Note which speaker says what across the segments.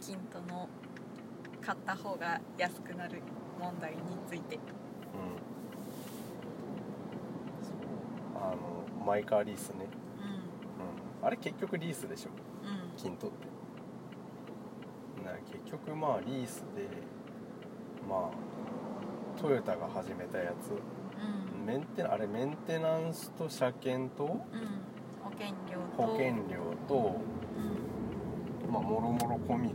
Speaker 1: 金との買った方が安くなる問題について
Speaker 2: そうあのマイカーリースね、
Speaker 1: う
Speaker 2: うん、あれ結局リースでしょ
Speaker 1: んうん
Speaker 2: 金取ってな結局まあリースでまあトヨタが始めたやつ
Speaker 1: うん
Speaker 2: メンテナあれメンテナンスと車検と
Speaker 1: うん保険料と
Speaker 2: 保険料と、
Speaker 1: うん
Speaker 2: まあ、もろもろ込みで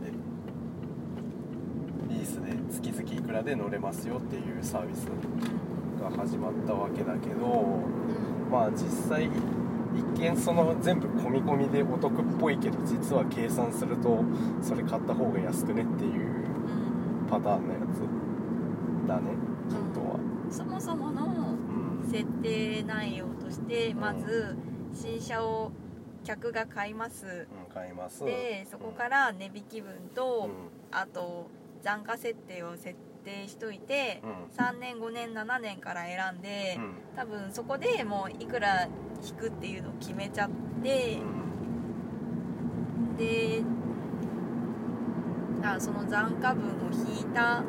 Speaker 2: リースで月々いくらで乗れますよっていうサービスが始まったわけだけど
Speaker 1: うん
Speaker 2: まあ実際一見その全部込み込みでお得っぽいけど実は計算するとそれ買った方が安くねっていう
Speaker 1: うん
Speaker 2: パターンのやつだね
Speaker 1: うん
Speaker 2: 本当は
Speaker 1: そもそもの
Speaker 2: うん
Speaker 1: 設定内容としてまず新車を客が買います
Speaker 2: うん買います
Speaker 1: でそこからら値引き分
Speaker 2: うん
Speaker 1: とあと残価設定を設定しといて
Speaker 2: うん
Speaker 1: 3年5年7年から選んで
Speaker 2: うん
Speaker 1: 多分そこでもういくら引くっていうのを決めちゃって
Speaker 2: うん
Speaker 1: であその残価分を引いた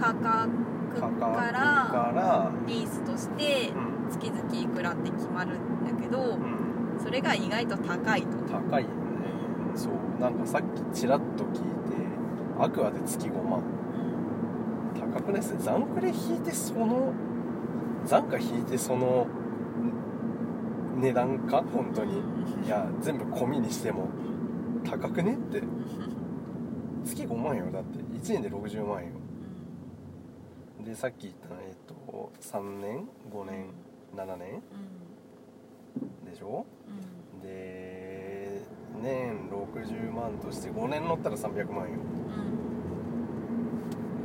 Speaker 1: 価格
Speaker 2: 価格
Speaker 1: から
Speaker 2: から
Speaker 1: リースとして
Speaker 2: うん
Speaker 1: 月々いくらって決まるんだけど
Speaker 2: うん
Speaker 1: それが意外と高いと
Speaker 2: 高いよねそうなんかさっきちらっと聞いてアクアで月5万高くないですね残クレ引いてその残価引いてそのん値段か本当にいや全部込みにしても高くねって月5万よだって1年で60万よでさっき言ったえっと3年5年7年でしょで年60万として5年乗ったら300万よ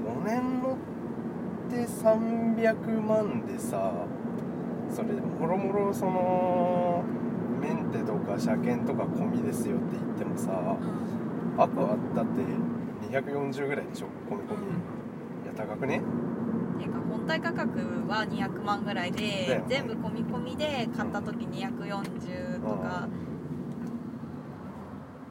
Speaker 2: 5年乗って300万でさそれでもろもろそのメンテとか車検とか込みですよって言ってもさアクアだって240ぐらいでしょ込み込みいや高くね
Speaker 1: ていうか本体価格は200万ぐらい
Speaker 2: だよ
Speaker 1: で
Speaker 2: ね
Speaker 1: 全部込み込みで買った時240とか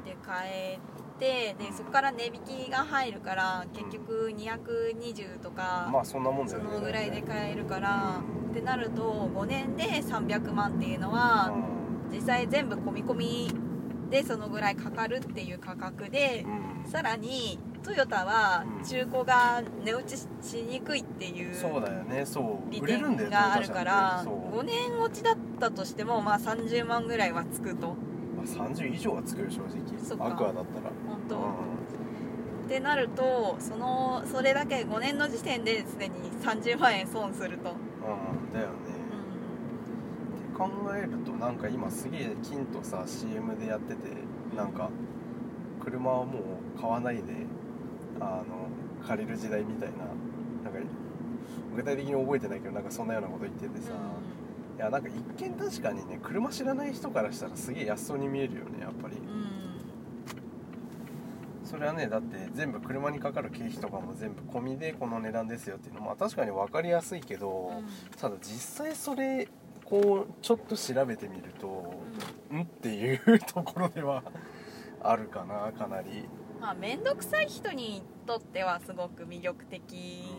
Speaker 1: で買えてでそこから値引きが入るから結局220とか
Speaker 2: まあそんなもんだ
Speaker 1: そ
Speaker 2: よね
Speaker 1: のぐらいで買えるからってなると5年で300万っていうのは実際全部込み込みでそのぐらいかかるっていう価格で
Speaker 2: うんうん
Speaker 1: さらにトヨタは
Speaker 2: うん
Speaker 1: 中古が値打ちしにくいっていう
Speaker 2: そうだよねそう
Speaker 1: 利
Speaker 2: 売れるんだ
Speaker 1: 点
Speaker 2: よ
Speaker 1: があるから
Speaker 2: そう
Speaker 1: 5年落ちだったとしてもまあ30万ぐらいはつくと
Speaker 2: まあ30以上は作る正直
Speaker 1: そっか
Speaker 2: アクアだったら
Speaker 1: 本
Speaker 2: う
Speaker 1: 当ってなるとそのそれだけ5年の時点ですでに30万円損すると、
Speaker 2: んうんだよね、って考えるとなんか今すげえ金とさ CM でやっててなんか車はもう買わないであの借りる時代みたいななんか具体的に覚えてないけどなんかそんなようなこと言っててさ、いやなんか一見確かにね車知らない人からしたらすげえ安そうに見えるよねやっぱり
Speaker 1: うんうん
Speaker 2: それはねだって全部車にかかる経費とかも全部込みでこの値段ですよっていうのもまあ確かに分かりやすいけど、
Speaker 1: うん
Speaker 2: ただ実際それこうちょっと調べてみると、ん っていうところではあるかなかなり
Speaker 1: まあ面倒くさい人にとってはすごく魅力的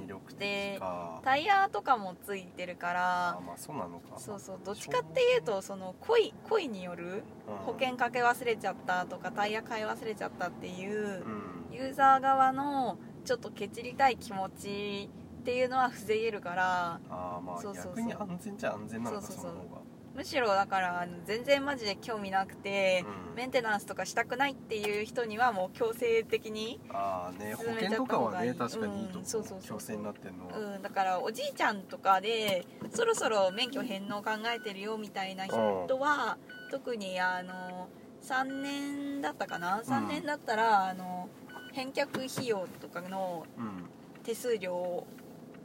Speaker 2: 魅力的
Speaker 1: で
Speaker 2: か
Speaker 1: タイヤとかもついてるか
Speaker 2: あ
Speaker 1: ら
Speaker 2: まあそうなのか
Speaker 1: そうそうどっちかっていうとその恋恋による
Speaker 2: うん
Speaker 1: 保険かけ忘れちゃったとかタイヤ買い忘れちゃったっていう
Speaker 2: うん
Speaker 1: ユーザー側のちょっとケチりたい気持ちっていうのは防げるから
Speaker 2: ああまあ
Speaker 1: そうそうそう
Speaker 2: 逆に安全じゃ安全なのか
Speaker 1: そう
Speaker 2: そ
Speaker 1: そう
Speaker 2: の
Speaker 1: そう
Speaker 2: 方が
Speaker 1: むしろだからあの全然マジで興味なくて
Speaker 2: うん
Speaker 1: メンテナンスとかしたくないっていう人にはもう強制的に
Speaker 2: ああね保
Speaker 1: 進めちゃ
Speaker 2: 険
Speaker 1: った
Speaker 2: とかは
Speaker 1: 方がい
Speaker 2: ね
Speaker 1: い
Speaker 2: 確かにいいと
Speaker 1: うん
Speaker 2: 思
Speaker 1: そううそうそう
Speaker 2: 強制になってんのは
Speaker 1: うん、だからおじいちゃんとかでそろそろ免許返納考えてるよみたいな人は、特にあの3年だったかな3年だったら、あの返却費用とかの
Speaker 2: うん
Speaker 1: 手数料を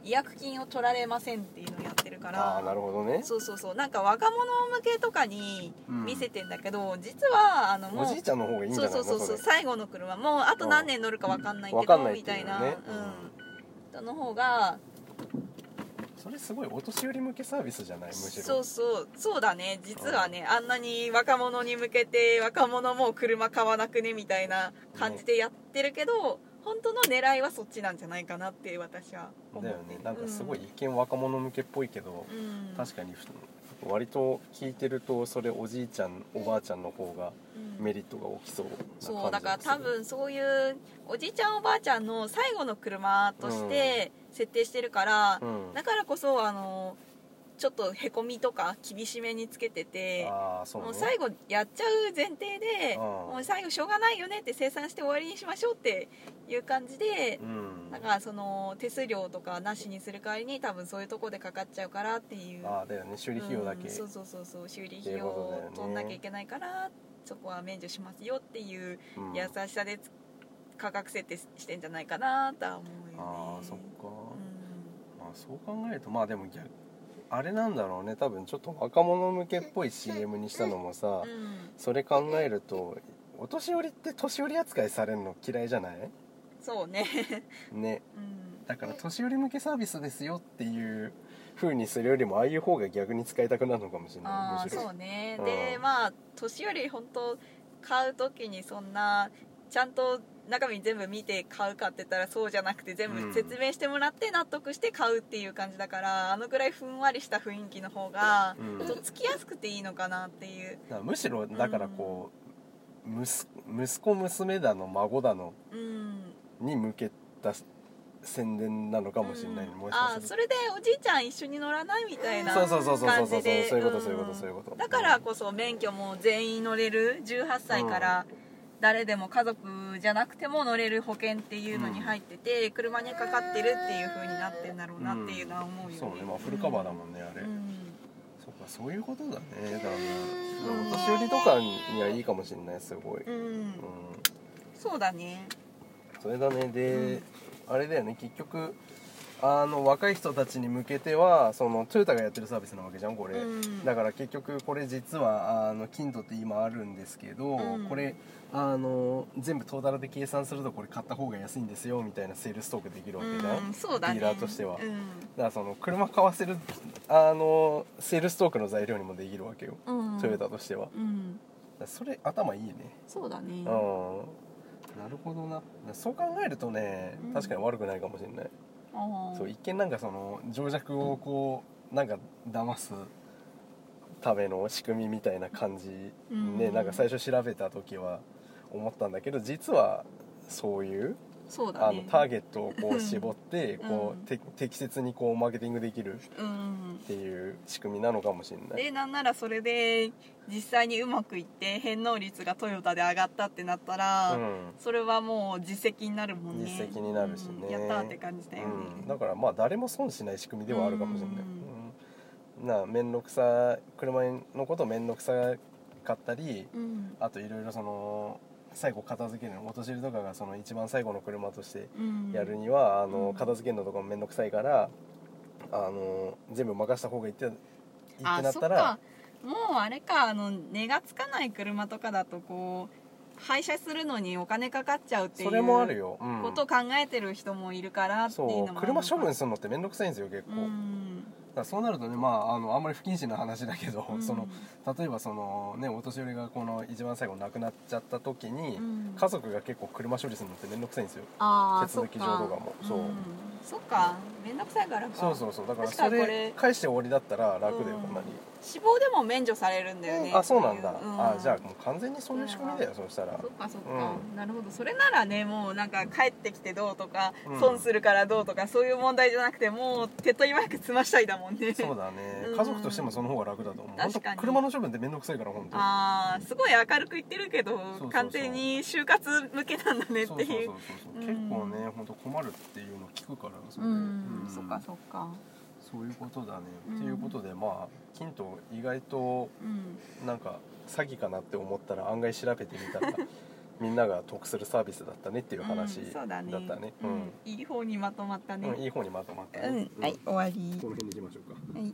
Speaker 1: 違約金を取られませんっていうのをやってるか
Speaker 2: ああな
Speaker 1: ら
Speaker 2: るほどね
Speaker 1: そうそうそうなんか若者向けとかに
Speaker 2: うん
Speaker 1: 見せてんだけど、実はあのも
Speaker 2: お
Speaker 1: う
Speaker 2: じいちゃんの方がいいんじゃ
Speaker 1: そ
Speaker 2: な
Speaker 1: う
Speaker 2: い
Speaker 1: そう
Speaker 2: の
Speaker 1: そうそう
Speaker 2: れ
Speaker 1: 最後の車もうあと何年乗るか分かんないけ
Speaker 2: わ
Speaker 1: ど、
Speaker 2: かんないっ
Speaker 1: み
Speaker 2: て
Speaker 1: た
Speaker 2: い
Speaker 1: いうな、
Speaker 2: ね
Speaker 1: うん、人の方が
Speaker 2: それすごいお年寄り向けサービスじゃないむしろ
Speaker 1: そうそうそうだね実はねあんなに若者に向けて若者もう車買わなくねみたいな感じでやってるけど、本当の狙いはそっちなんじゃないかなって私は思って
Speaker 2: だよねなんかすごい一見若者向けっぽいけど、
Speaker 1: うん、うん、
Speaker 2: 確かにふ割と聞いてるとそれおじいちゃんおばあちゃんの方が
Speaker 1: うん
Speaker 2: メリットが起きそうな感じ
Speaker 1: そうだから多分そういうおじいちゃんおばあちゃんの最後の車として設定してるから、
Speaker 2: うん
Speaker 1: だからこそあのちょっとへこみとか厳しめにつけてて
Speaker 2: ああそうね
Speaker 1: もう最後やっちゃう前提で
Speaker 2: うん
Speaker 1: もう最後しょうがないよねって生産して終わりにしましょうっていう感じで
Speaker 2: うん
Speaker 1: だからその手数料とかなしにする代わりに多分そういうとこでかかっちゃうからっていう
Speaker 2: ああだよね修理費用だ
Speaker 1: う
Speaker 2: け、
Speaker 1: んそうそうそうそう修理費用
Speaker 2: っていうことだ
Speaker 1: を
Speaker 2: よね
Speaker 1: 取んなきゃいけないからそこは免除しますよっていう
Speaker 2: うん
Speaker 1: 優しさでつ価格設定してんじゃないかなとは思うよね
Speaker 2: ああそっか、
Speaker 1: う
Speaker 2: まあ、そう考えるとまあでも逆あれなんだろうね多分ちょっと若者向けっぽい CM にしたのもさ、
Speaker 1: ん、うん、
Speaker 2: それ考えるとお年寄りって年寄り扱いされるの嫌いじゃない
Speaker 1: そうね、
Speaker 2: ね
Speaker 1: うん、
Speaker 2: だから年寄り向けサービスですよっていう風にするよりもああいう方が逆に使いたくなるのかもしれない
Speaker 1: ああ
Speaker 2: むしろ
Speaker 1: そうね、
Speaker 2: うん
Speaker 1: でまあ年寄り本当買う時にそんなちゃんと中身全部見て買うかって言ったらそうじゃなくて全
Speaker 2: う
Speaker 1: 部
Speaker 2: ん
Speaker 1: 説明してもらって納得して買うっていう感じだから、あのぐらいふんわりした雰囲気の方が、
Speaker 2: うん
Speaker 1: とっつきやすくていいのかなっていう、
Speaker 2: だからむしろだからこう、息息子娘だの孫だの
Speaker 1: うん、
Speaker 2: に向けた宣伝なのかもしれない、ね
Speaker 1: うん
Speaker 2: もし
Speaker 1: あ
Speaker 2: か
Speaker 1: ー
Speaker 2: す
Speaker 1: そ
Speaker 2: る
Speaker 1: れでおじいちゃん一緒に乗らないみたい
Speaker 2: と
Speaker 1: な
Speaker 2: そうそうそうそうそう
Speaker 1: 感
Speaker 2: そう
Speaker 1: じ
Speaker 2: そう
Speaker 1: で
Speaker 2: そういうこと
Speaker 1: ん
Speaker 2: そういうことそういうこと
Speaker 1: だからこそ免許も全員乗れる18歳から誰でも家族じゃなくても乗れる保険っていうのに入ってて車にかかってるっていう風になってんだろうなっていうのは思うよね、
Speaker 2: そうねまあフルカバーだもんねあれ、
Speaker 1: うん
Speaker 2: そっかそういうことだねだからお年寄りとかにはいいかもしれないすごい、うん
Speaker 1: うん、そうだね
Speaker 2: それだねで、あれだよね結局あの若い人たちに向けてはそのトヨタがやってるサービスなわけじゃんこれ、
Speaker 1: うん
Speaker 2: だから結局これ実はあの Kindle って今あるんですけど、
Speaker 1: うん
Speaker 2: これあの全部トータルで計算するとこれ買った方が安いんですよみたいなセールストークできるわけじゃん、
Speaker 1: うんそうだね
Speaker 2: ディーラーとしては、
Speaker 1: う
Speaker 2: だか
Speaker 1: ん
Speaker 2: らその車買わせるあのセールストークの材料にもできるわけよ、
Speaker 1: うん
Speaker 2: トヨタとしては
Speaker 1: うん
Speaker 2: それ頭いいね
Speaker 1: そうだ
Speaker 2: う
Speaker 1: ね
Speaker 2: んなるほどなそう考えるとね
Speaker 1: うん
Speaker 2: 確かに悪くないかもしれない、
Speaker 1: あー
Speaker 2: そう一見なんかその情弱をこうなんか騙すための仕組みみたいな感じ、
Speaker 1: うん
Speaker 2: ねなんか最初調べた時は思ったんだけど実はそういう
Speaker 1: そうだ
Speaker 2: あの
Speaker 1: ね
Speaker 2: ターゲットをこう絞って
Speaker 1: うん
Speaker 2: こ
Speaker 1: うん
Speaker 2: うて適切にこうマーケティングできるっ
Speaker 1: うん
Speaker 2: ていう仕組みなのかもしれない。
Speaker 1: でなんならそれで実際にうまくいって返納率がトヨタで上がったってなったら、
Speaker 2: うん
Speaker 1: それはもう実績になるもんね
Speaker 2: 実績になるしね
Speaker 1: うんやったーって感じだよね、
Speaker 2: うん、だからまあ誰も損しない仕組みではあるかもしれない、うんなあ面倒くさ車のこと面倒くさかったり
Speaker 1: うん
Speaker 2: あといろいろその最後片付けるのお年寄りとかがその一番最後の車として
Speaker 1: うん
Speaker 2: やるには、あ
Speaker 1: う
Speaker 2: の
Speaker 1: ん
Speaker 2: 片付けるのとかも面倒くさいからあの全部任した方がいいっていいって
Speaker 1: あ
Speaker 2: なっ
Speaker 1: そった
Speaker 2: ら
Speaker 1: かもうあれかあの値がつかない車とかだとこう廃車するのにお金かかっちゃうって
Speaker 2: そ
Speaker 1: いう
Speaker 2: れもあるよ、うん
Speaker 1: ことを考えてる人もいるからっていうの
Speaker 2: そ
Speaker 1: もあるの
Speaker 2: う
Speaker 1: か
Speaker 2: 車処分するのって面倒くさいんですよ結構、
Speaker 1: う
Speaker 2: だ
Speaker 1: ん
Speaker 2: からそうなるとねまああのあんまり不謹慎な話だけど、
Speaker 1: うん
Speaker 2: その例えばそのねお年寄りがこの一番最後亡くなっちゃった時に、
Speaker 1: うん
Speaker 2: 家族が結構車処理するのって面倒くさいんですよ
Speaker 1: あー
Speaker 2: 手続き上とかも
Speaker 1: そ
Speaker 2: そうう
Speaker 1: か,、ん、そっか面倒くさいからか
Speaker 2: そうそうそうだから
Speaker 1: 確か
Speaker 2: そ
Speaker 1: にこれ
Speaker 2: れ返して終わりだったら楽だよ
Speaker 1: うん
Speaker 2: かなり、
Speaker 1: 死亡でも免除されるんだよね、
Speaker 2: あそうなんだ、
Speaker 1: ってい
Speaker 2: あじゃあもう完全にそういう仕組みだよ、そうし たら
Speaker 1: そっかそっか、なるほどそれならねもうなんか帰ってきてどうとか、
Speaker 2: うん
Speaker 1: 損するからどうとかそういう問題じゃなくてもう手っ取り早く済ましたいだもんね
Speaker 2: そうだね、
Speaker 1: うん
Speaker 2: 家族としてもその方が楽だと思う
Speaker 1: 確かに
Speaker 2: 本当車の処分って面倒くさいから本当
Speaker 1: あーすごい明るく言ってるけど
Speaker 2: うそう
Speaker 1: 完全に就活向けなんだねって
Speaker 2: そうそうそう
Speaker 1: い
Speaker 2: そううそう、
Speaker 1: うん
Speaker 2: 結構ね本当困るっていうの聞くからそれ
Speaker 1: う
Speaker 2: で
Speaker 1: ん
Speaker 2: うん
Speaker 1: そっかそっか
Speaker 2: そういうことだね、
Speaker 1: うん
Speaker 2: っていうことでまあ金と意外と
Speaker 1: うん
Speaker 2: なんか詐欺かなって思ったら案外調べてみ たらみんなが得するサービスだったねっていう話
Speaker 1: うん
Speaker 2: だ
Speaker 1: そう
Speaker 2: った
Speaker 1: だ
Speaker 2: ね
Speaker 1: ね,、
Speaker 2: うん
Speaker 1: うんいい方にまとまったね、
Speaker 2: うんいい方にまとまった
Speaker 1: うん、はい終わり
Speaker 2: この辺でいきましょうか
Speaker 1: はい